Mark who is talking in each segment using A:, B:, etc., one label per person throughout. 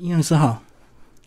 A: 营养师好，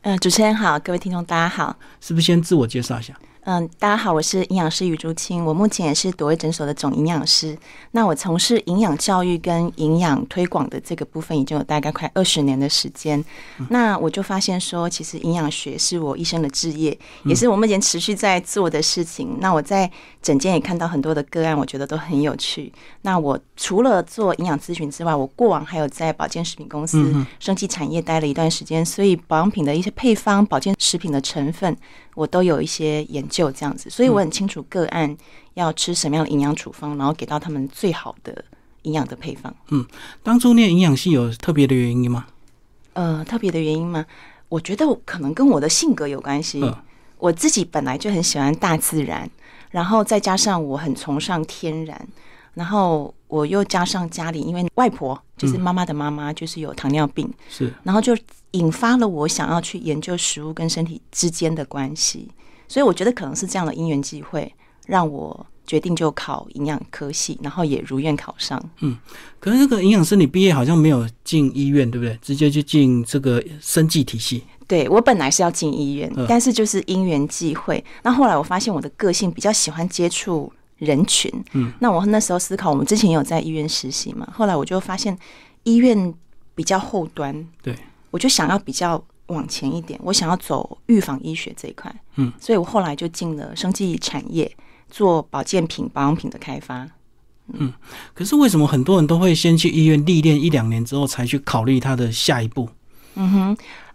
B: 嗯、主持人好，各位听众大家好。
A: 是不是先自我介绍一下？
B: 嗯，大家好，我是营养师于竹清，我目前也是朵薇诊所的总营养师。那我从事营养教育跟营养推广的这个部分，已经有大概快二十年的时间。那我就发现说，其实营养学是我一生的志业，也是我目前持续在做的事情。那我在诊间也看到很多的个案，我觉得都很有趣。那我除了做营养咨询之外，我过往还有在保健食品公司、生技产业待了一段时间，所以保养品的一些配方、保健食品的成分，我都有一些研究这样子，所以我很清楚个案要吃什么样的营养处方，然后给到他们最好的营养的配方。
A: 当初念营养系有特别的原因吗？
B: 呃，特别的原因吗？我觉得我可能跟我的性格有关系。
A: 嗯
B: 我自己本来就很喜欢大自然，然后再加上我很崇尚天然，然后我又加上家里因为外婆就是妈妈的妈妈就是有糖尿病，
A: 是
B: 然后就引发了我想要去研究食物跟身体之间的关系，所以我觉得可能是这样的因缘际会，让我决定就考营养科系，然后也如愿考上。
A: 可是那个营养师，你毕业好像没有进医院，对不对？直接就进这个生技体系。
B: 对我本来是要进医院
A: 嗯，
B: 但是就是因缘际会。那后来我发现我的个性比较喜欢接触人群，嗯，那我那时候思考，我们之前有在医院实习嘛，后来我就发现医院比较后端，
A: 对，
B: 我就想要比较往前一点，我想要走预防医学这一块，
A: 嗯，
B: 所以我后来就进了生技产业，做保健品、保养品的开发。
A: 可是为什么很多人都会先去医院历练一两年之后，才去考虑他的下一步？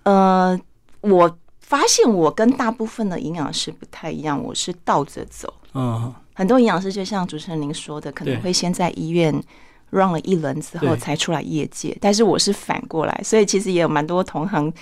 B: 呃，我发现我跟大部分的营养师不太一样，我是倒着走。
A: 嗯，
B: 很多营养师就像主持人您说的，可能
A: 对
B: 会先在医院 run 了一轮之后
A: 对
B: 才出来业界，但是我是反过来，所以其实也有蛮多同行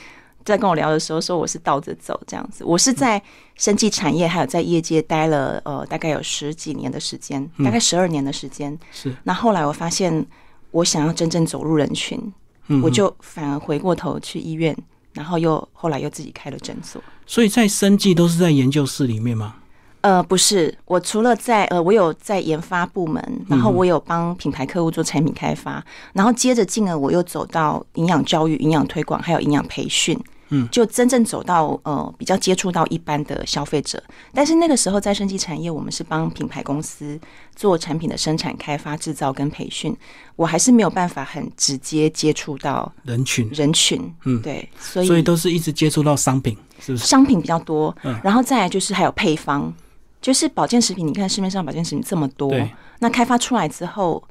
B: 在跟我聊的时候说我是倒着走这样子。我是在生技产业还有在业界待了呃大概有十几年的时间，
A: 嗯
B: 大概十二年的时间。
A: 是
B: 那后来我发现我想要真正走入人群，
A: 嗯
B: 我就反而回过头去医院，然后又后来又自己开了诊所。
A: 所以在生技都是在研究室里面嘛。
B: 呃，不是，我除了在呃，我有在研发部门，
A: 嗯
B: 然后我有帮品牌客户做产品开发，然后接着进而我又走到营养教育、营养推广，还有营养培训，
A: 嗯，
B: 就真正走到呃比较接触到一般的消费者。但是那个时候在生技产业，我们是帮品牌公司做产品的生产、开发、制造跟培训，我还是没有办法很直接接触到
A: 人群，
B: 人群，
A: 嗯
B: 对，所以
A: 所以都是一直接触到商品，是不是？
B: 商品比较多
A: 嗯，
B: 然后再来就是还有配方，就是保健食品。你看市面上保健食品这么多
A: 对，
B: 那开发出来之后，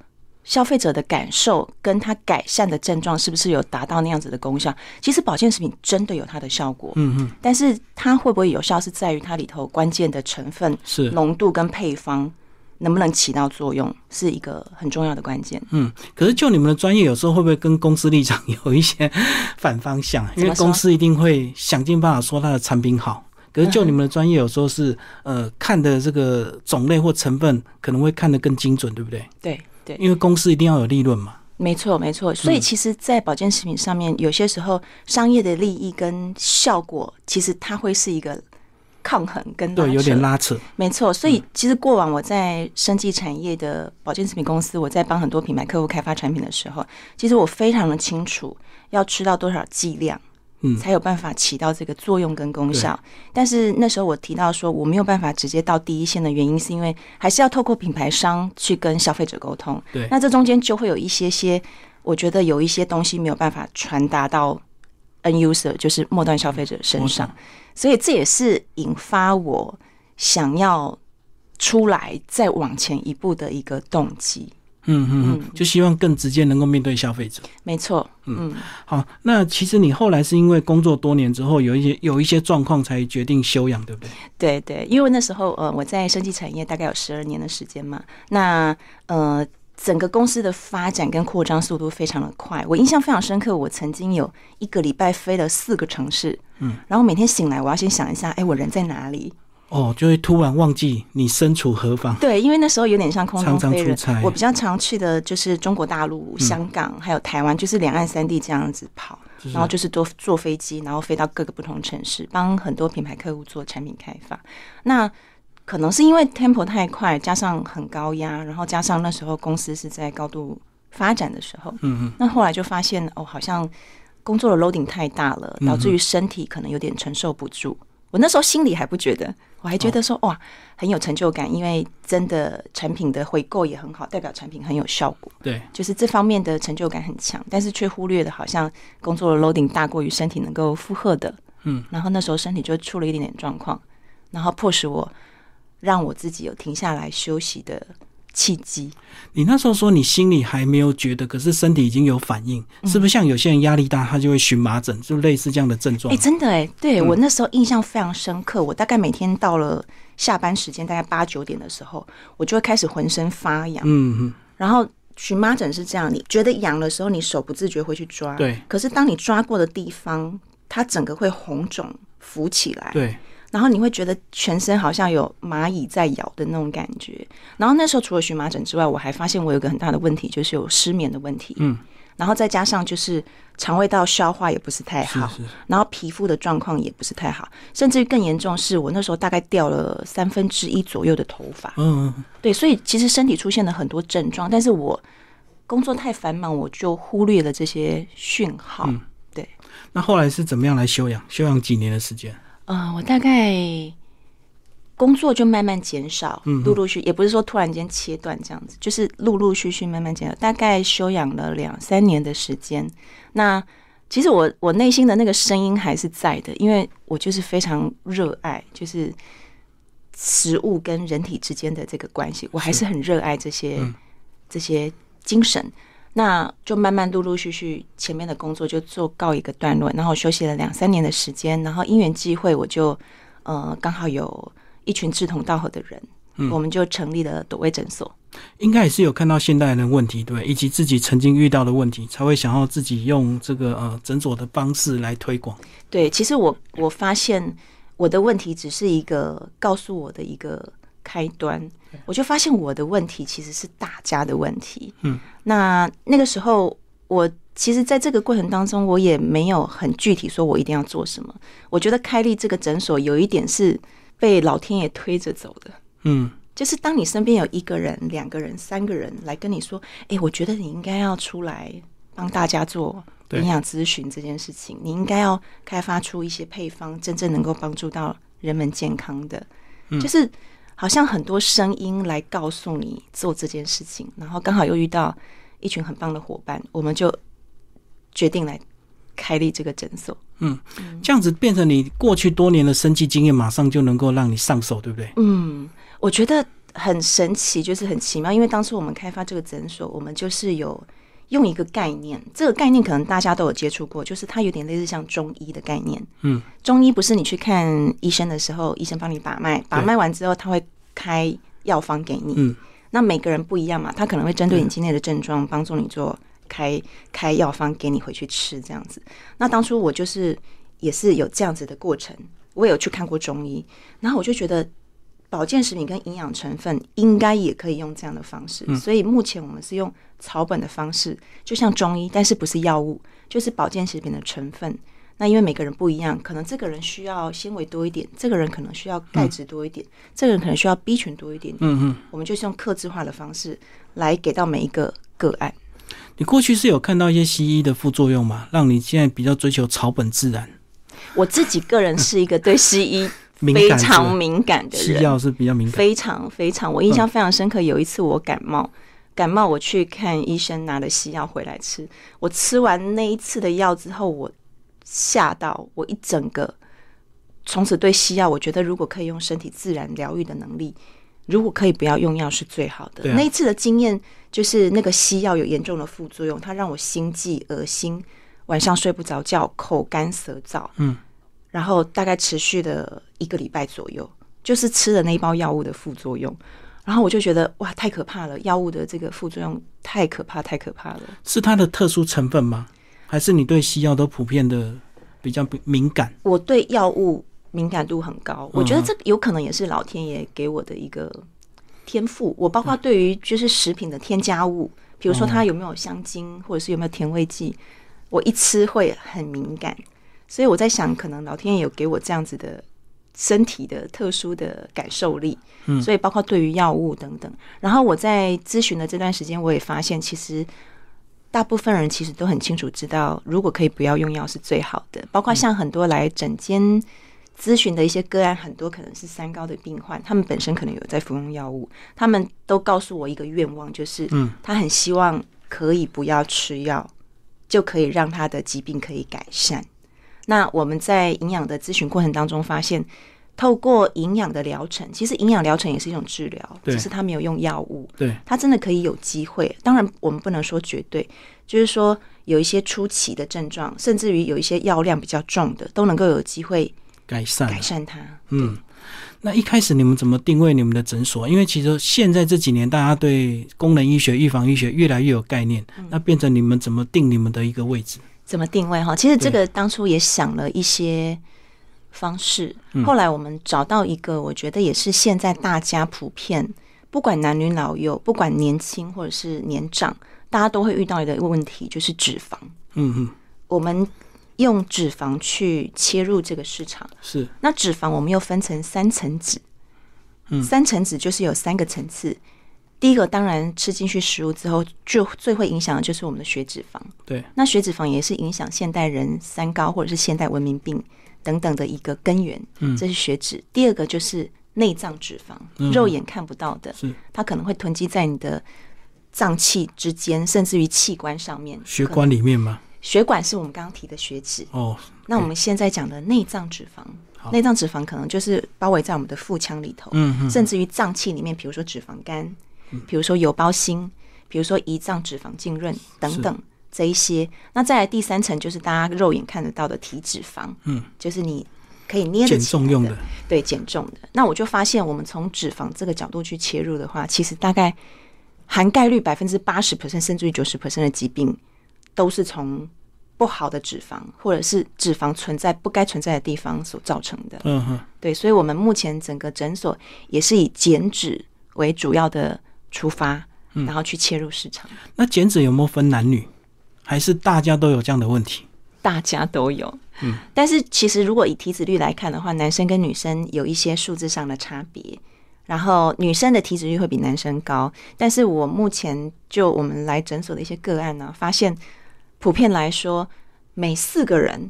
B: 消费者的感受跟他改善的症状是不是有达到那样子的功效？其实保健食品真的有它的效果，
A: 嗯嗯，
B: 但是它会不会有效是在于它里头关键的成分
A: 是。
B: 浓度跟配方能不能起到作用，是一个很重要的关键。
A: 嗯，可是就你们的专业，有时候会不会跟公司立场有一些反方向？因
B: 怎
A: 为
B: 么说
A: 公司一定会想尽办法说它的产品好。可是就你们的专业，有时候是
B: 嗯
A: 呃看的这个种类或成分，可能会看得更精准，对不对？
B: 对对。
A: 因为公司一定要有利润嘛。
B: 没错，没错。
A: 嗯
B: 所以其实，在保健食品上面，有些时候商业的利益跟效果，其实它会是一个抗衡跟
A: 对，有点
B: 拉扯。
A: 拉扯。
B: 没错，所以其实过往我在生技产业的保健食品公司，我在帮很多品牌客户开发产品的时候，其实我非常的清楚要吃到多少剂量。
A: 嗯
B: 才有办法起到这个作用跟功效。但是那时候我提到说，我没有办法直接到第一线的原因，是因为还是要透过品牌商去跟消费者沟通。
A: 对
B: 那这中间就会有一些些，我觉得有一些东西没有办法传达到 end user，就是末端消费者身上。所以这也是引发我想要出来再往前一步的一个动机。
A: 嗯嗯嗯，就希望更直接能够面对消费者。
B: 没错，嗯，
A: 好，那其实你后来是因为工作多年之后，有一些有一些状况才决定休养，对不对？
B: 对对，因为那时候呃，我在生技产业大概有十二年的时间嘛，那呃。整个公司的发展跟扩张速度非常的快，我印象非常深刻。我曾经有一个礼拜飞了四个城市，嗯，然后每天醒来，我要先想一下，哎，我人在哪里？
A: 哦，就会突然忘记你身处何方。
B: 对，因为那时候有点像空中
A: 常常
B: 飞人。
A: 出差
B: 我比较常去的就是中国大陆、香港还有台湾，就是两岸三地这样子跑，然后嗯就是多坐飞机，然后飞到各个不同城市，帮很多品牌客户做产品开发。那可能是因为 tempo 太快，加上很高压，然后加上那时候公司是在高度发展的时候，嗯嗯，那后来就发现哦，好像工作的 loading 太大了，导致于身体可能有点承受不住。我那时候心里还不觉得，我还觉得说、哇很有成就感，因为真的产品的回购也很好，代表产品很有效果，
A: 对，
B: 就是这方面的成就感很强。但是却忽略了好像工作的 loading 大过于身体能够负荷的，
A: 嗯，
B: 然后那时候身体就出了一点点状况，然后迫使我让我自己有停下来休息的契机。
A: 你那时候说你心里还没有觉得，可是身体已经有反应，
B: 嗯
A: 是不是像有些人压力大，他就会荨麻疹，就类似这样的症
B: 哎、
A: 状？
B: 真的哎、对、
A: 嗯
B: 我那时候印象非常深刻。我大概每天到了下班时间，大概八九点的时候，我就会开始浑身发痒。
A: 嗯嗯，
B: 然后荨麻疹是这样，你觉得痒的时候，你手不自觉会去抓，
A: 嗯对。
B: 可是当你抓过的地方，它整个会红肿浮起来，
A: 对，
B: 然后你会觉得全身好像有蚂蚁在咬的那种感觉。然后那时候除了荨麻疹之外，我还发现我有一个很大的问题，就是有失眠的问题。
A: 嗯。
B: 然后再加上就是肠胃道消化也不是太好，
A: 是是
B: 然后皮肤的状况也不是太好，甚至于更严重是我那时候大概掉了三分之一左右的头发。
A: 嗯，嗯
B: 对，所以其实身体出现了很多症状，但是我工作太繁忙，我就忽略了这些讯号。嗯、
A: 那后来是怎么样来休养？休养几年的时间？
B: 呃我大概工作就慢慢减少，陆陆续也不是说突然间切断这样子，就是陆陆续续慢慢减少，大概休养了两三年的时间。那其实我我内心的那个声音还是在的，因为我就是非常热爱，就是食物跟人体之间的这个关系，我还是很热爱这些、这些精神。那就慢慢陆陆续续前面的工作就做告一个段落，然后我休息了两三年的时间，然后因缘际会，我就呃刚好有一群志同道合的人，我们就成立了朵薇诊所。
A: 应该也是有看到现代人的问题，对，以及自己曾经遇到的问题，才会想要自己用这个呃诊所的方式来推广。
B: 对，其实我我发现我的问题只是一个告诉我的一个开端，我就发现我的问题其实是大家的问题。
A: 嗯，
B: 那那个时候我其实在这个过程当中，我也没有很具体说我一定要做什么。我觉得开立这个诊所有一点是被老天爷推着走的。
A: 嗯，
B: 就是当你身边有一个人、两个人、三个人来跟你说：“诶，我觉得你应该要出来帮大家做
A: 对
B: 营养咨询这件事情，你应该要开发出一些配方，真正能够帮助到人们健康的。就是好像很多声音来告诉你做这件事情，然后刚好又遇到一群很棒的伙伴，我们就决定来开立这个诊所。嗯
A: 这样子变成你过去多年的生计经验，马上就能够让你上手，对不对？
B: 嗯，我觉得很神奇，就是很奇妙，因为当初我们开发这个诊所，我们就是有用一个概念，这个概念可能大家都有接触过，就是它有点类似像中医的概念。
A: 嗯，
B: 中医不是你去看医生的时候，医生帮你把脉，把脉完之后他会开药方给你。
A: 嗯，
B: 那每个人不一样嘛，他可能会针对你今天的症状，帮助你做开开药方给你回去吃这样子。那当初我就是也是有这样子的过程，我也有去看过中医，然后我就觉得保健食品跟营养成分应该也可以用这样的方式，
A: 嗯
B: 所以目前我们是用草本的方式，就像中医，但是不是药物，就是保健食品的成分。那因为每个人不一样，可能这个人需要纤维多一点，这个人可能需要钙质多一点，这个人可能需要 B 群多一点点。
A: 嗯嗯，
B: 我们就是用克制化的方式来给到每一个个案。
A: 你过去是有看到一些西医的副作用嘛，让你现在比较追求草本自然，
B: 我自己个人是一个对西医
A: 敏
B: 非
A: 感是
B: 常敏感的
A: 西
B: 人，
A: 药是比较敏感。
B: 非常非常，我印象非常深刻。有一次我感冒，感冒我去看医生，拿了西药回来吃。我吃完那一次的药之后，我吓到我一整个，从此对西药，我觉得如果可以用身体自然疗愈的能力，如果可以不要用药是最好的。
A: 对啊
B: 那一次的经验就是那个西药有严重的副作用，它让我心悸、恶心，晚上睡不着觉，口干舌燥。
A: 嗯。
B: 然后大概持续了一个礼拜左右，就是吃了那一包药物的副作用，然后我就觉得哇，太可怕了！药物的这个副作用太可怕，太可怕了。
A: 是它的特殊成分吗？还是你对西药都普遍的比较敏感？
B: 我对药物敏感度很高，我觉得这有可能也是老天爷给我的一个天赋。我包括对于就是食品的添加物，比如说它有没有香精，或者是有没有甜味剂，我一吃会很敏感。所以我在想，可能老天爷有给我这样子的身体的特殊的感受力，嗯、所以包括对于药物等等。然后我在咨询的这段时间，我也发现其实大部分人其实都很清楚知道，如果可以不要用药是最好的。
A: 嗯
B: 包括像很多来诊间咨询的一些个案，很多可能是三高的病患，他们本身可能有在服用药物，他们都告诉我一个愿望，就是
A: 嗯，
B: 他很希望可以不要吃药，就可以让他的疾病可以改善。那我们在营养的咨询过程当中发现，透过营养的疗程，其实营养疗程也是一种治疗，
A: 对
B: 只是他没有用药物。
A: 对，
B: 他真的可以有机会。当然，我们不能说绝对，就是说有一些初期的症状，甚至于有一些药量比较重的，都能够有机会
A: 改善
B: 改善它。
A: 嗯，那一开始你们怎么定位你们的诊所？因为其实现在这几年大家对功能医学、预防医学越来越有概念，
B: 嗯
A: 那变成你们怎么定你们的一个位置？
B: 怎么定位哈？其实这个当初也想了一些方式，后来我们找到一个，我觉得也是现在大家普遍，不管男女老幼，不管年轻或者是年长，大家都会遇到一个问题，就是脂肪。
A: 嗯嗯，
B: 我们用脂肪去切入这个市场。
A: 是
B: 那脂肪我们又分成三层脂，
A: 嗯
B: 三层脂就是有三个层次。第一个当然吃进去食物之后，最最会影响的就是我们的血脂肪。
A: 对，
B: 那血脂肪也是影响现代人三高或者是现代文明病等等的一个根源，
A: 嗯
B: 这是血脂。第二个就是内脏脂肪，肉眼看不到的，
A: 是
B: 它可能会囤积在你的脏器之间，甚至于器官上面。
A: 血管里面嘛。
B: 血管是我们刚刚提的血脂，
A: 哦，
B: 那我们现在讲的内脏脂肪，内脏脂肪可能就是包围在我们的腹腔里头，
A: 嗯
B: 甚至于脏器里面，比如说脂肪肝，比如说油包心，比如说胰脏脂肪浸润等等这一些。那再来第三层就是大家肉眼看得到的体脂肪，
A: 嗯，
B: 就是你可以捏得
A: 减
B: 起
A: 重
B: 来
A: 用
B: 的
A: 的，
B: 对减重的。那我就发现，我们从脂肪这个角度去切入的话，其实大概涵盖率百分之八十 percent 甚至于九十 percent 的疾病，都是从不好的脂肪或者是脂肪存在不该存在的地方所造成的。
A: 嗯哼，
B: 对，所以我们目前整个诊所也是以减脂为主要的出发，然后去切入市场。
A: 那减脂有没有分男女？还是大家都有这样的问题？
B: 大家都有。嗯，但是其实如果以体脂率来看的话，男生跟女生有一些数字上的差别。然后女生的体脂率会比男生高，但是我目前就我们来诊所的一些个案呢、发现普遍来说，每四个人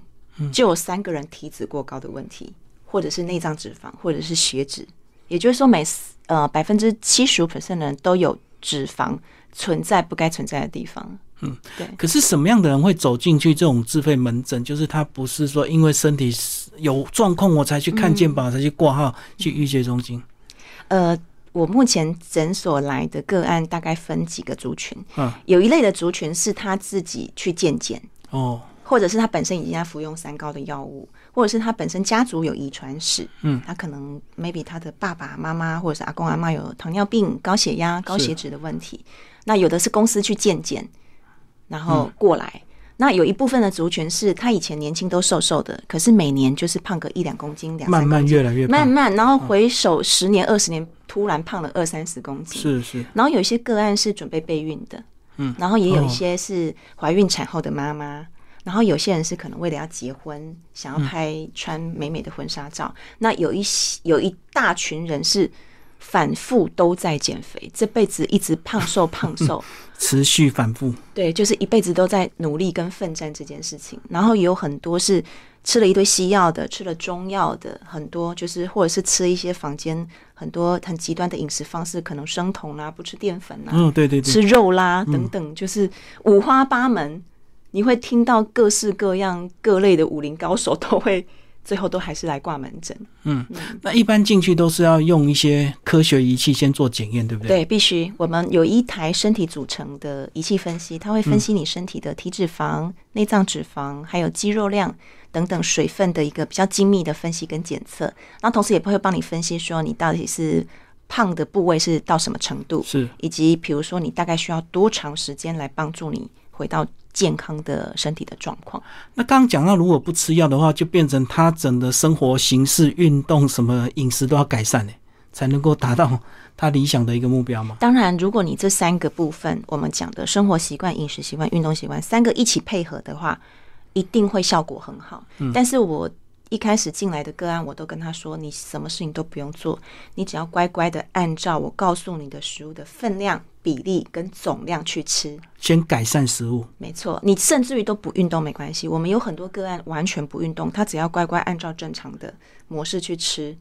B: 就有三个人体脂过高的问题，或者是内脏脂肪，或者是血脂。也就是说每，四呃百分之七十五 percent 人都有脂肪存在不该存在的地方。
A: 可是什么样的人会走进去这种自费门诊？就是他不是说因为身体有状况我才去看健保，才去挂号
B: 嗯
A: 去医学中心。
B: 呃，我目前诊所来的个案大概分几个族群，
A: 嗯，
B: 有一类的族群是他自己去健检，
A: 哦，
B: 或者是他本身已经在服用三高的药物，或者是他本身家族有遗传史，
A: 嗯，
B: 他可能 maybe 他的爸爸妈妈或者是阿公阿妈有糖尿病、高血压、高血脂的问题，那有的是公司去健检，然后过来。那有一部分的族群是他以前年轻都瘦瘦的，可是每年就是胖个一两公斤、两三
A: 慢
B: 公
A: 慢越来越
B: 慢
A: 胖，
B: 慢，然后回首十年、二十年，突然胖了二三十公斤。
A: 是是，
B: 然后有一些个案是准备备孕的，
A: 嗯，
B: 然后也有
A: 哦
B: 一些是怀孕产后的妈妈，然后有些人是可能为了要结婚，想要拍穿美美的婚纱照。那有一些有一大群人是反复都在减肥，这辈子一直胖瘦胖瘦，
A: 持续反复。
B: 对，就是一辈子都在努力跟奋战这件事情。然后也有很多是吃了一堆西药的，吃了中药的，很多就是或者是吃一些坊间很多很极端的饮食方式，可能生酮啊啦、不吃淀粉啦、
A: 嗯，对对对，
B: 吃肉啦等等，就是五花八门。你会听到各式各样、各类的武林高手都会，最后都还是来挂门诊。
A: 那一般进去都是要用一些科学仪器先做检验，对不对？
B: 对，必须。我们有一台身体组成的仪器分析，它会分析你身体的体脂肪、内脏脂肪，还有肌肉量等等水分的一个比较精密的分析跟检测。那同时也会帮你分析说你到底是胖的部位是到什么程度，
A: 是
B: 以及比如说你大概需要多长时间来帮助你回到健康的身体的状况。
A: 那刚刚讲到，如果不吃药的话，就变成他整个生活形式、运动、什么饮食都要改善呢，才能够达到他理想的一个目标嘛。
B: 当然，如果你这三个部分我们讲的生活习惯、饮食习惯、运动习惯三个一起配合的话，一定会效果很好。但是我一开始进来的个案，我都跟他说，你什么事情都不用做，你只要乖乖的按照我告诉你的食物的分量、比例跟总量去吃。
A: 先改善食物，
B: 没错，你甚至于都不运动没关系。我们有很多个案完全不运动，他只要乖乖按照正常的模式去吃，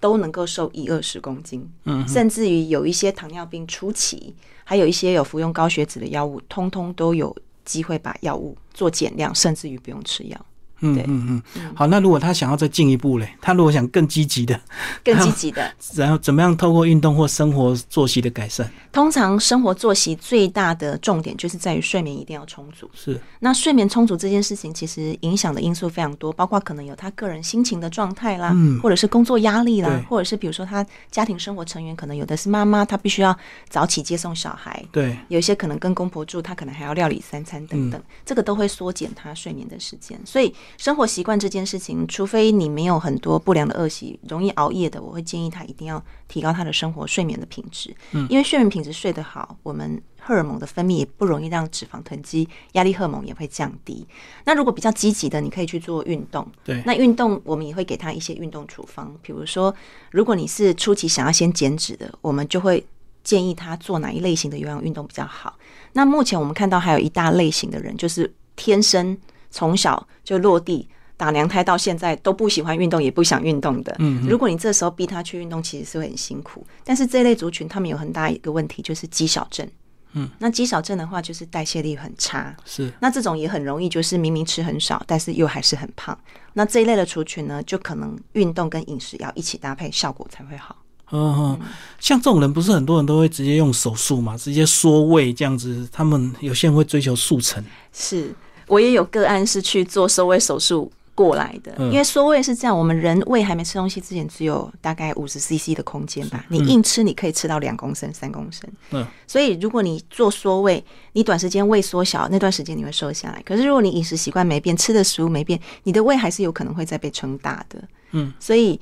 B: 都能够瘦一二十公斤。嗯，甚至于有一些糖尿病初期，还有一些有服用高血脂的药物，通通都有机会把药物做减量，甚至于不用吃药。
A: 嗯
B: 对
A: 嗯嗯，好，那如果他想要再进一步嘞，他如果想更积极的，
B: 更积极的，
A: 然后怎么样透过运动或生活作息的改善？
B: 通常生活作息最大的重点就是在于睡眠一定要充足。
A: 是，
B: 那睡眠充足这件事情，其实影响的因素非常多，包括可能有他个人心情的状态啦，
A: 嗯
B: 或者是工作压力
A: 对
B: 啦，或者是比如说他家庭生活成员，可能有的是妈妈，她必须要早起接送小孩，
A: 对，
B: 有一些可能跟公婆住，她可能还要料理三餐等等，这个都会缩减她睡眠的时间。所以生活习惯这件事情，除非你没有很多不良的恶习，容易熬夜的，我会建议他一定要提高他的生活睡眠的品质。嗯，因为睡眠品质睡得好，我们荷尔蒙的分泌也不容易让脂肪囤积，压力荷尔蒙也会降低。那如果比较积极的，你可以去做运动。
A: 对
B: 那运动我们也会给他一些运动处方，比如说，如果你是初期想要先减脂的，我们就会建议他做哪一类型的有氧运动比较好。那目前我们看到还有一大类型的人，就是天生从小就落地。打娘胎到现在都不喜欢运动，也不想运动的。嗯，如果你这时候逼他去运动，其实是会很辛苦。但是这类族群，他们有很大一个问题，就是肌少症。嗯，那肌少症的话，就是代谢力很差。
A: 是，
B: 那这种也很容易，就是明明吃很少，但是又还是很胖。那这一类的族群呢，就可能运动跟饮食要一起搭配，效果才会好。
A: 嗯哼，像这种人，不是很多人都会直接用手术嘛，直接缩胃这样子。他们有些人会追求速成，
B: 是我也有个案是去做收胃手术过来的，
A: 嗯
B: 因为缩胃是这样，我们人胃还没吃东西之前只有大概五十 CC 的空间吧，你硬吃你可以吃到两公升、三公升，
A: 嗯，
B: 所以如果你做缩胃，你短时间胃缩小那段时间你会瘦下来，可是如果你饮食习惯没变，吃的食物没变，你的胃还是有可能会再被撑大的，
A: 嗯，
B: 所以。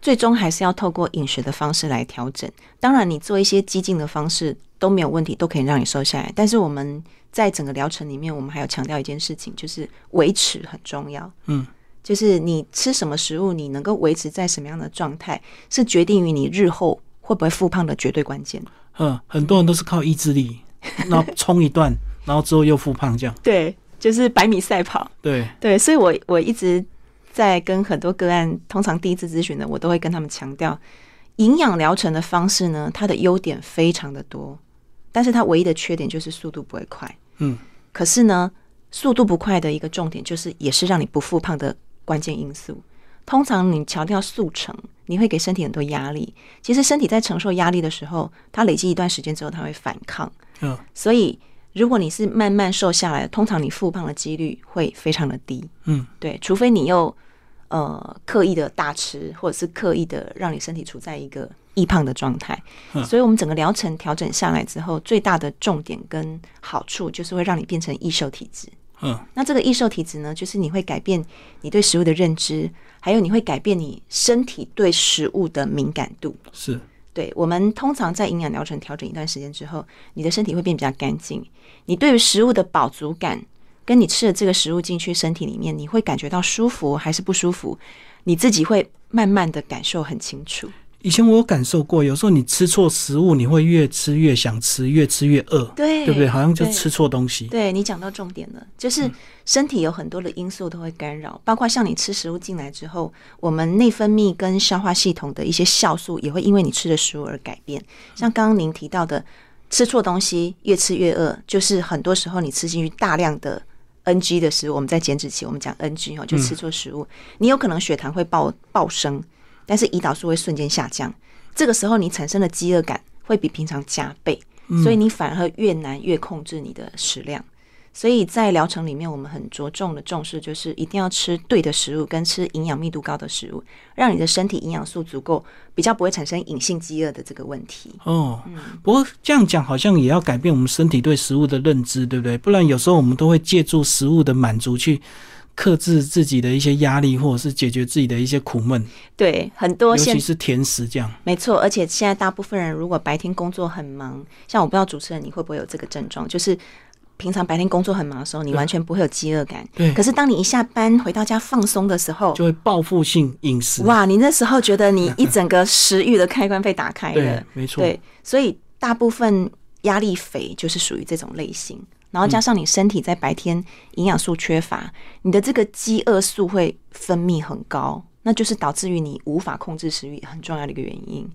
B: 最终还是要透过饮食的方式来调整。当然，你做一些激进的方式都没有问题，都可以让你瘦下来。但是我们在整个疗程里面，我们还有强调一件事情，就是维持很重要。
A: 嗯，
B: 就是你吃什么食物，你能够维持在什么样的状态，是决定于你日后会不会复胖的绝对关键。
A: 嗯，很多人都是靠意志力，然后冲一段， 然后之后又复胖这样。
B: 对，就是百米赛跑。
A: 对，
B: 对，所以我我一直在跟很多个案，通常第一次咨询的，我都会跟他们强调，营养疗程的方式呢，它的优点非常的多，但是它唯一的缺点就是速度不会快。
A: 嗯，
B: 可是呢，速度不快的一个重点，就是也是让你不复胖的关键因素。通常你强调速成，你会给身体很多压力。其实身体在承受压力的时候，它累积一段时间之后，它会反抗。
A: 嗯，
B: 所以，如果你是慢慢瘦下来，通常你复胖的几率会非常的低。
A: 嗯，
B: 对，除非你又呃刻意的大吃，或者是刻意的让你身体处在一个易胖的状态。
A: 嗯
B: 所以，我们整个疗程调整下来之后，最大的重点跟好处就是会让你变成易瘦体质。
A: 嗯，
B: 那这个易瘦体质呢，就是你会改变你对食物的认知，还有你会改变你身体对食物的敏感度。
A: 是，
B: 对我们通常在营养疗程调整一段时间之后，你的身体会变比较干净，你对于食物的饱足感，跟你吃的这个食物进去身体里面，你会感觉到舒服还是不舒服，你自己会慢慢的感受很清楚。
A: 以前我有感受过，有时候你吃错食物，你会越吃越想吃，越吃越饿，
B: 对
A: 对不对？好像就
B: 对
A: 吃错东西。
B: 对你讲到重点了，就是身体有很多的因素都会干扰，包括像你吃食物进来之后，我们内分泌跟消化系统的一些酵素也会因为你吃的食物而改变。像刚刚您提到的，吃错东西越吃越饿，就是很多时候你吃进去大量的 NG 的食物，我们在减脂期我们讲 NG 哦，就吃错食物，你有可能血糖会暴暴升，但是胰岛素会瞬间下降，这个时候你产生的饥饿感会比平常加倍。所以你反而越难越控制你的食量。所以在疗程里面，我们很着重的重视，就是一定要吃对的食物，跟吃营养密度高的食物，让你的身体营养素足够，比较不会产生隐性饥饿的这个问题。
A: 哦，
B: 嗯
A: 不过这样讲好像也要改变我们身体对食物的认知，对不对？不然有时候我们都会借助食物的满足去克制自己的一些压力，或者是解决自己的一些苦闷，
B: 对，很多
A: 尤
B: 现
A: 其是甜食这样。
B: 没错，而且现在大部分人如果白天工作很忙，像我不知道主持人你会不会有这个症状，就是平常白天工作很忙的时候，你完全不会有饥饿感。
A: 对
B: 可是当你一下班回到家放松的时候，
A: 就会报复性饮食。
B: 哇，你那时候觉得你一整个食欲的开关被打开了
A: 对，没错
B: 对，所以大部分压力肥就是属于这种类型。然后加上你身体在白天营养素缺乏，你的这个饥饿素会分泌很高，那就是导致于你无法控制食欲很重要的一个原因。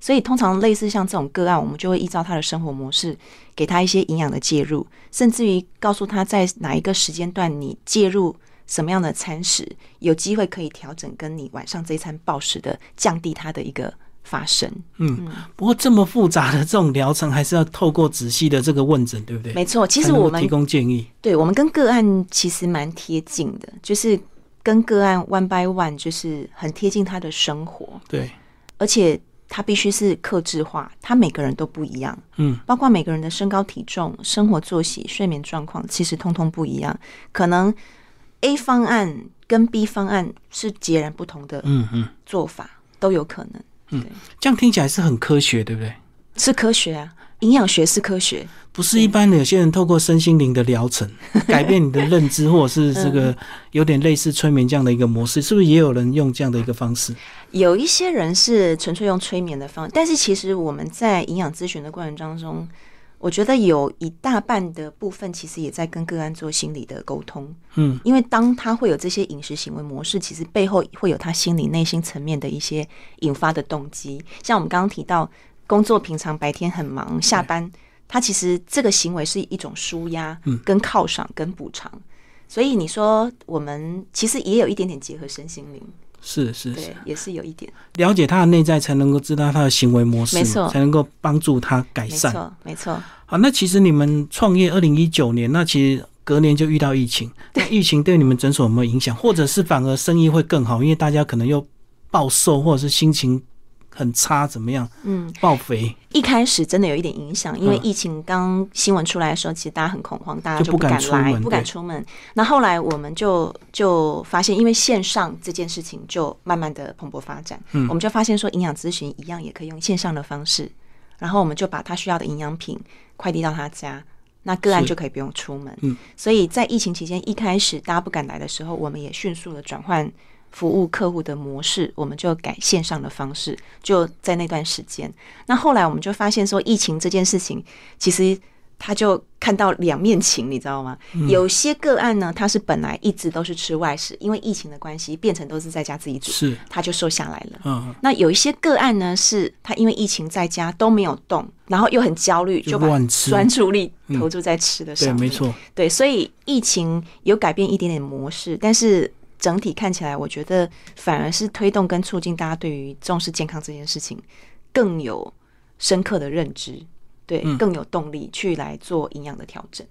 B: 所以通常类似像这种个案，我们就会依照他的生活模式，给他一些营养的介入，甚至于告诉他在哪一个时间段你介入什么样的餐食，有机会可以调整跟你晚上这一餐暴食的降低它的一个发生。
A: 不过这么复杂的这种疗程，还是要透过仔细的这个问诊，对不对？
B: 没错，其
A: 才
B: 实
A: 能够
B: 我们
A: 提供建议，
B: 对我们跟个案其实蛮贴近的，就是跟个案 one by one 就是很贴近他的生活，
A: 对，
B: 而且他必须是克制化，他每个人都不一样，
A: 嗯，
B: 包括每个人的身高体重、生活作息、睡眠状况，其实通通不一样。可能 A 方案跟 B 方案是截然不同的
A: 嗯嗯，
B: 做法，都有可能
A: 这样听起来是很科学，对不对？
B: 是科学啊，营养学是科学，
A: 不是一般的，有些人透过身心灵的疗程
B: 嗯
A: 改变你的认 知，或者是这个有点类似催眠这样的一个模式，是不是也有人用这样的一个方式？
B: 有一些人是纯粹用催眠的方但是其实我们在营养咨询的过程当中，我觉得有一大半的部分其实也在跟个案做心理的沟通。
A: 嗯，
B: 因为当他会有这些饮食行为模式，其实背后会有他心理内心层面的一些引发的动机。像我们刚刚提到，工作平常白天很忙，下班
A: 嗯
B: 他其实这个行为是一种舒压、跟犒赏、跟补偿。所以你说我们其实也有一点点结合身心灵，
A: 是是是，
B: 对，也是有一点。
A: 了解他的内在，才能够知道他的行为模式
B: 没
A: 嘛，
B: 错
A: 才能够帮助他改
B: 没
A: 善。
B: 错，没错，
A: 好，那其实你们创业二零一九年，那其实隔年就遇到疫情，那疫情对你们诊所有没有影响？或者是反而生意会更好，因为大家可能又暴瘦，或者是心情很差，怎么样
B: 嗯，
A: 暴肥
B: 一开始真的有一点影响，因为
A: 嗯
B: 疫情刚新闻出来的时候，其实大家很恐慌，大家
A: 就不
B: 不
A: 敢
B: 敢
A: 出
B: 来，
A: 门
B: 不敢
A: 对
B: 出门。那后来我们就就发现，因为线上这件事情就慢慢的蓬勃发展，
A: 嗯
B: 我们就发现说，营养咨询一样也可以用线上的方式，然后我们就把他需要的营养品快递到他家。那个案
A: 是
B: 就可以不用出门，
A: 嗯
B: 所以在疫情期间一开始大家不敢来的时候，我们也迅速的转换服务客户的模式，我们就改线上的方式，就在那段时间。那后来我们就发现说，疫情这件事情其实。他就看到两面情，你知道吗？
A: 嗯
B: 有些个案呢，他是本来一直都是吃外食，因为疫情的关系，变成都是在家自己煮，
A: 是。
B: 他就瘦下来了。
A: 嗯，
B: 那有一些个案呢，是他因为疫情在家都没有动，然后又很焦虑，
A: 就
B: 就把
A: 乱吃嗯
B: 专注力投注在吃的
A: 对，
B: 上面。
A: 没错，
B: 对，所以疫情有改变一点点模式，但是整体看起来，我觉得反而是推动跟促进大家对于重视健康这件事情更有深刻的认知，对，
A: 嗯
B: 更有动力去来做营养的调整。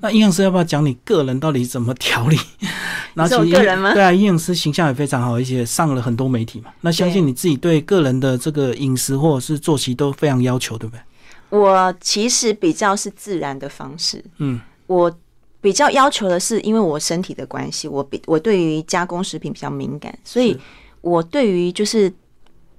A: 那营养师要不要讲你个人到底怎么调理？ 然后
B: 你说我
A: 其实
B: 个人吗
A: 对啊，营养师形象也非常好，而且上了很多媒体嘛。那相信
B: 对
A: 你自己对个人的这个饮食或者是作息都非常要求，对不对？
B: 我其实比较是自然的方式，
A: 嗯，
B: 我比较要求的是，因为我身体的关系，我比我对于加工食品比较敏感，所以
A: 是
B: 我对于就是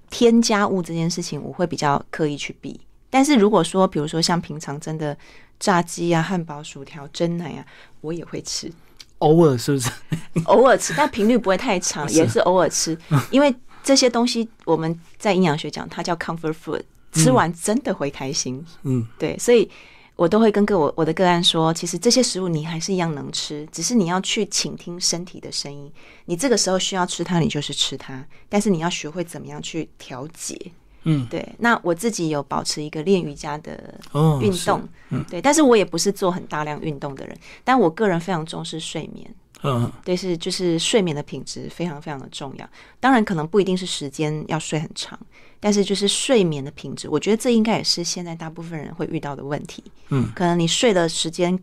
B: 添加物这件事情，我会比较刻意去避。但是如果说，比如说像平常真的炸鸡啊、汉堡、薯条、蒸奶啊，我也会 吃，
A: 偶尔是不是？
B: 偶尔吃，但频率不会太长，也是偶 尔吃，因为这些东西我们在营养学讲，它叫 comfort food，吃完真的会开心。
A: 嗯，
B: 对，所以我都会跟个我我的个案说，其实这些食物你还是一样能吃，只是你要去倾听身体的声音。你这个时候需要吃它，你就是吃它，但是你要学会怎么样去调节。
A: 嗯，
B: 对。那我自己有保持一个练瑜伽的
A: 哦，
B: 运
A: 是
B: 动，对，但是我也不是做很大量运动的人，但我个人非常重视睡眠。
A: 嗯，
B: 对，是就是睡眠的品质非常非常的重要。当然，可能不一定是时间要睡很长，但是就是睡眠的品质，我觉得这应该也是现在大部分人会遇到的问题。
A: 嗯，
B: 可能你睡的时间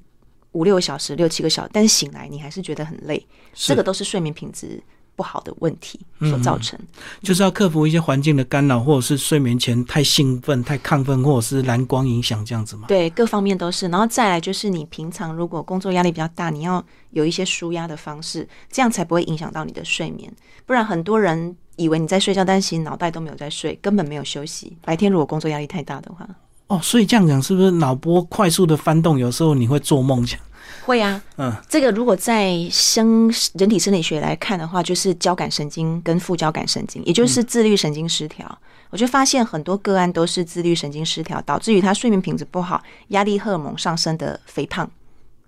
B: 五六个小时、六七个小时，但是醒来你还是觉得很累，
A: 是嗯
B: 这个都是睡眠品质不好的问题所造成。
A: 就是要克服一些环境的干扰，或者是睡眠前太兴奋、太亢奋，或者是蓝光影响这样子嘛。
B: 对，各方面都是。然后再来就是你平常如果工作压力比较大，你要有一些舒压的方式，这样才不会影响到你的睡眠。不然很多人以为你在睡觉，但其实脑袋都没有在睡，根本没有休息。白天如果工作压力太大的话，
A: 哦，所以这样讲是不是脑波快速的翻动，有时候你会做梦这样？
B: 会啊，
A: 嗯，
B: 这个如果在生人体生理学来看的话，就是交感神经跟副交感神经，也就是自律神经失调。我就发现很多个案都是自律神经失调，导致于他睡眠品质不好，压力荷尔蒙上升的肥胖，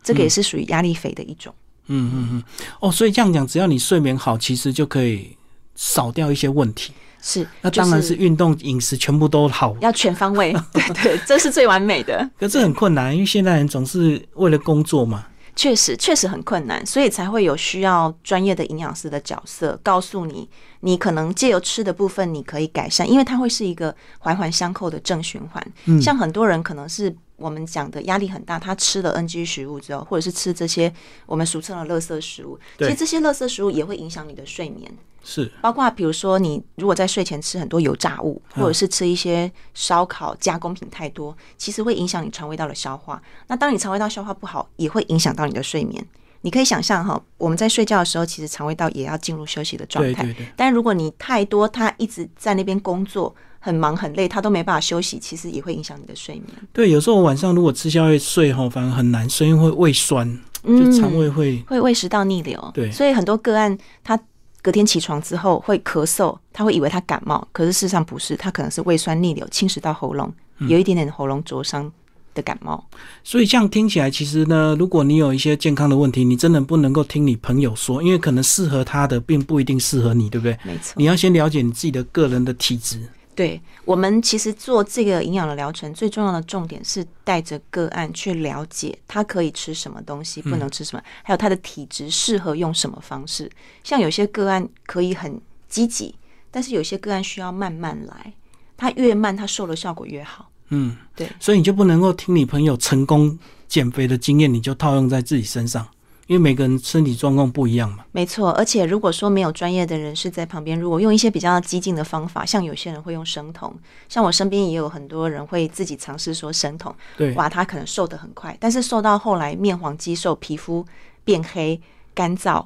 B: 这个也是属于压力肥的一种。
A: 嗯嗯嗯，哦，所以这样讲，只要你睡眠好，其实就可以少掉一些问题。
B: 是，
A: 那
B: 就
A: 当然是运动、饮食全部都好，
B: 要全方位， 对对，这是最完美的。
A: 可这很困难，因为现代人总是为了工作嘛。
B: 确实，确实很困难，所以才会有需要专业的营养师的角色告诉你，你可能借由吃的部分你可以改善，因为它会是一个环环相扣的正循环。嗯，像很多人可能是我们讲的压力很大，他吃了 NG 食物之后，或者是吃这些我们俗称的垃圾食物，其
A: 对
B: 实这些垃圾食物也会影响你的睡眠。
A: 是，
B: 包括比如说，你如果在睡前吃很多油炸物，
A: 嗯
B: 或者是吃一些烧烤加工品太多，其实会影响你肠胃道的消化。那当你肠胃道消化不好，也会影响到你的睡眠。你可以想象哈，我们在睡觉的时候，其实肠胃道也要进入休息的状
A: 对
B: 态。
A: 对对，
B: 但如果你太多，它一直在那边工作，很忙很累，它都没办法休息，其实也会影响你的睡眠。
A: 对。有时候我晚上如果吃宵夜睡吼，反而很难睡，因为会胃酸，
B: 嗯
A: 就肠胃会。
B: 会胃食道逆流，
A: 对
B: 所以很多个案他隔天起床之后会咳嗽，他会以为他感冒，可是事实上不是，他可能是胃酸逆流侵蚀到喉咙，
A: 嗯
B: 有一点点喉咙灼伤的感冒。
A: 所以这样听起来，其实呢，如果你有一些健康的问题，你真的不能够听你朋友说，因为可能适合他的，并不一定适合你，对不对？
B: 没错，
A: 你要先了解你自己的个人的体质。
B: 对我们其实做这个营养的疗程，最重要的重点是带着个案去了解他可以吃什么东西，
A: 嗯
B: 不能吃什么，还有他的体质适合用什么方式。像有些个案可以很积极，但是有些个案需要慢慢来，他越慢，他瘦的效果越好。
A: 嗯，
B: 对
A: 所以你就不能够听你朋友成功减肥的经验，你就套用在自己身上，因为每个人身体状况不一样嘛。
B: 没错，而且如果说没有专业的人士在旁边，如果用一些比较激进的方法，像有些人会用生酮，像我身边也有很多人会自己尝试说生酮，
A: 对，
B: 哇，他可能瘦得很快，但是瘦到后来面黄肌瘦、皮肤变黑、干燥，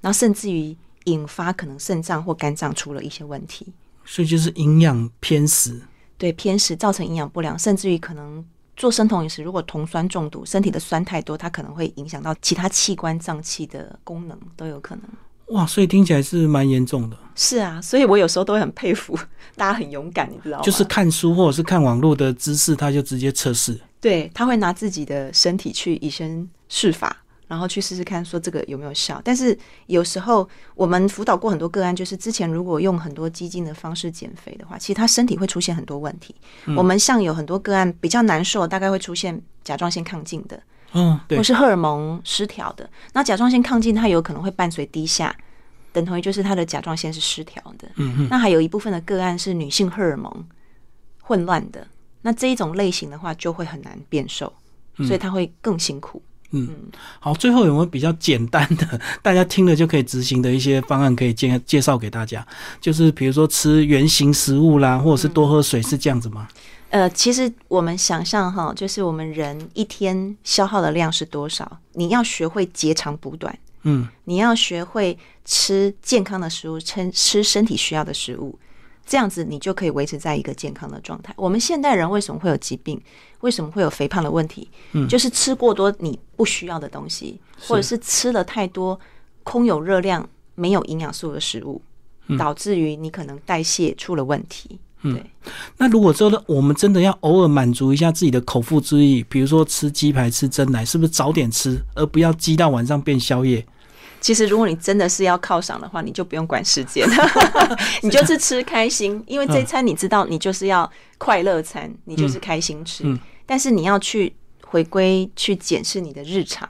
B: 然后甚至于引发可能肾脏或肝脏出了一些问题，
A: 所以就是营养偏食。
B: 对偏食造成营养不良，甚至于可能。做生酮饮食，如果酮酸中毒，身体的酸太多，它可能会影响到其他器官脏器的功能，都有可能。
A: 哇，所以听起来是蛮严重的，
B: 是啊，所以我有时候都会很佩服 大家很勇敢，你知道吗？
A: 就是看书或者是看网络的知识，他就直接测试。
B: 对他会拿自己的身体去以身试法，然后去试试看说这个有没有效。但是有时候我们辅导过很多个案，就是之前如果用很多激进的方式减肥的话，其实他身体会出现很多问题。
A: 嗯
B: 我们像有很多个案比较难受，大概会出现甲状腺亢进的，
A: 嗯，对
B: 或，是荷尔蒙失调的。那甲状腺亢进，它有可能会伴随低下，等同于就是它的甲状腺是失调的。
A: 嗯哼，
B: 那还有一部分的个案是女性荷尔蒙混乱的，那这一种类型的话就会很难变瘦，
A: 嗯
B: 所以它会更辛苦。
A: 好，最后有没有比较简单的， 大家听了就可以执行的一些方案可以介介绍给大家？就是比如说吃原形食物啦，或者是多喝水，是这样子吗？
B: 呃，其实我们想象哈，就是我们人一天消耗的量是多少，你要学会截长补短。
A: 嗯，
B: 你要学会吃健康的食物，吃吃身体需要的食物，这样子你就可以维持在一个健康的状态。我们现代人为什么会有疾病？为什么会有肥胖的问题？嗯，就是吃过多你不需要的东西，或者是吃了太多空有热量没有营养素的食物，导致于你可能代谢出了问题。对，
A: 那如果说呢，我们真的要偶尔满足一下自己的口腹之欲，比如说吃鸡排、吃蒸奶，是不是早点吃，而不要积到晚上变宵夜？
B: 其实，如果你真的是要犒赏的话，你就不用管 时间，你就是吃开心，因为这一餐你知道，你就是要快乐餐，你就是开心吃。
A: 嗯
B: 但是你要去回归去检视你的日常，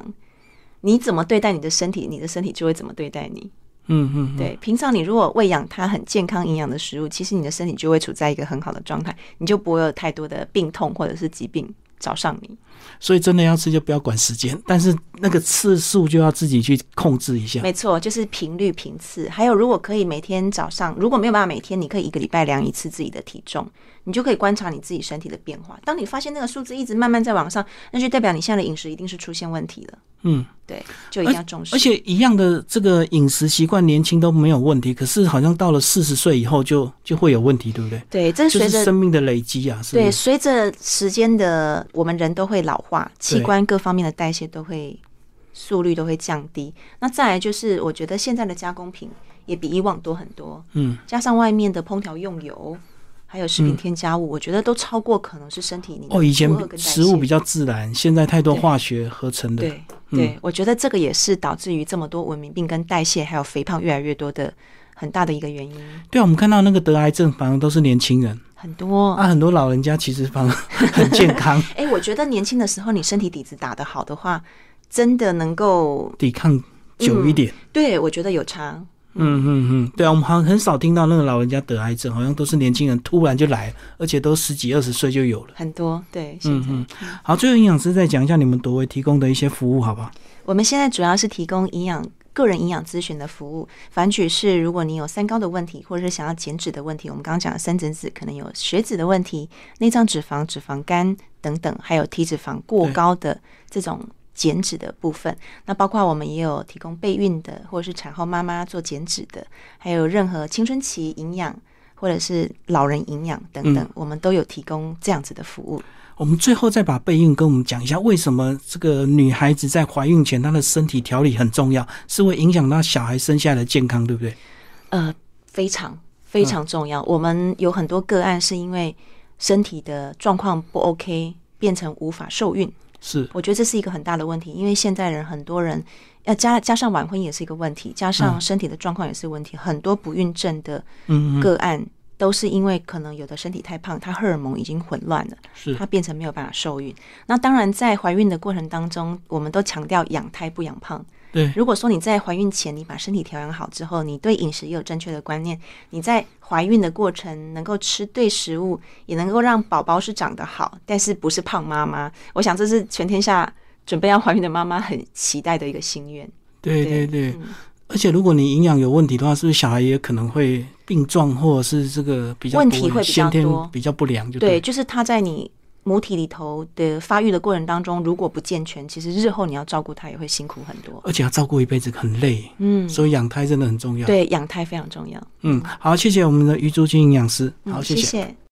B: 你怎么对待你的身体，你的身体就会怎么对待你。
A: 嗯嗯，嗯
B: 对，平常你如果喂养它很健康、营养的食物，其实你的身体就会处在一个很好的状态，你就不会有太多的病痛或者是疾病找上你。
A: 所以真的要吃就不要管时间，但是那个次数就要自己去控制一下。
B: 没错，就是频率、频次，还有如果可以每天早上，如果没有办法每天，你可以一个礼拜量一次自己的体重，你就可以观察你自己身体的变化。当你发现那个数字一直慢慢在往上，那就代表你现在的饮食一定是出现问题了。
A: 嗯，
B: 对，就一定要重视。
A: 而且一样的这个饮食习惯，年轻都没有问题，可是好像到了四十岁以后就就会有问题，对不对？
B: 对，这
A: 就
B: 随
A: 是
B: 着
A: 生命的累积啊，是不
B: 对
A: 是？
B: 呃随着时间的，我们人都会老化，器
A: 对
B: 官各方面的代谢都会速率都会降低。那再来就是，我觉得现在的加工品也比以往多很多，
A: 嗯，
B: 加上外面的烹调用油，还有食品添加物，我觉得都超过可能是身体里面
A: 哦，以前
B: 负荷跟代谢
A: 食物比嗯较自然，现在太多
B: 对
A: 化学合成的，
B: 对对，我觉得这个也是导致于这么多文明病跟代谢还有肥胖越来越多的很大的一个原因，
A: 对啊，我们看到那个得癌症反而都是年轻人，
B: 很多。
A: 啊，很多老人家其实反而很健 康，
B: 哎、我觉得年轻的时候你身体底子打得好的话，真的能够
A: 抵抗久一点。
B: 对我觉得有差。
A: 嗯嗯嗯，对啊，我们好像很少听到那个老人家得癌症，好像都是年轻人突然就来了，而且都十几二十岁就有了。
B: 很多对，现在、
A: 好，最后营养师再讲一下你们夺维提供的一些服务，好不好？
B: 我们现在主要是提供营养个人营养咨询的服务。反举是，如果你有三高的问题，或者是想要减脂的问题，我们刚刚讲的三诊子可能有血脂的问题、内脏脂肪、脂肪肝等等，还有体脂肪过高的这种。减脂的部分，那包括我们也有提供备孕的，或者是产后妈妈做减脂的，还有任何青春期营养或者是老人营养等等，我们都有提供这样子的服务。
A: 我们最后再把备孕跟我们讲一下，为什么这个女孩子在怀孕前她的身体调理很重要，是会影响到小孩生下来的健康，对不对？
B: 呃，非常非常重
A: 嗯
B: 要。我们有很多个案是因为身体的状况不 OK，变成无法受孕。
A: 是，
B: 我觉得这是一个很大的问题，因为现在人很多人，要加加上晚婚也是一个问题，加上身体的状况也是问题，很多不孕症的
A: 嗯嗯嗯，
B: 个案。都是因为可能有的身体太胖，它荷尔蒙已经混乱了，
A: 是
B: 它变成没有办法受孕。那当然，在怀孕的过程当中，我们都强调养胎不养胖，
A: 对，
B: 如果说你在怀孕前你把身体调养好之后，你对饮食也有正确的观念，你在怀孕的过程能够吃对食物，也能够让宝宝是长得好，但是不是胖妈妈。我想这是全天下准备要怀孕的妈妈很期待的一个心愿。
A: 对对对。
B: 嗯
A: 而且如果你营养有问题的话，是不是小孩也可能会病状，或者是这个比较
B: 问题
A: 多
B: 会比较
A: 先天
B: 多
A: 比较不良就
B: 对，
A: 对
B: 就是他在你母体里头的发育的过程当中，如果不健全，其实日后你要照顾他也会辛苦很多。
A: 而且要照顾一辈子很累，
B: 嗯，
A: 所以养胎真的很重要。，
B: 对，养胎非常重要。
A: 嗯，好，谢谢我们的余珠君营养师，好，
B: 嗯，
A: 谢
B: 谢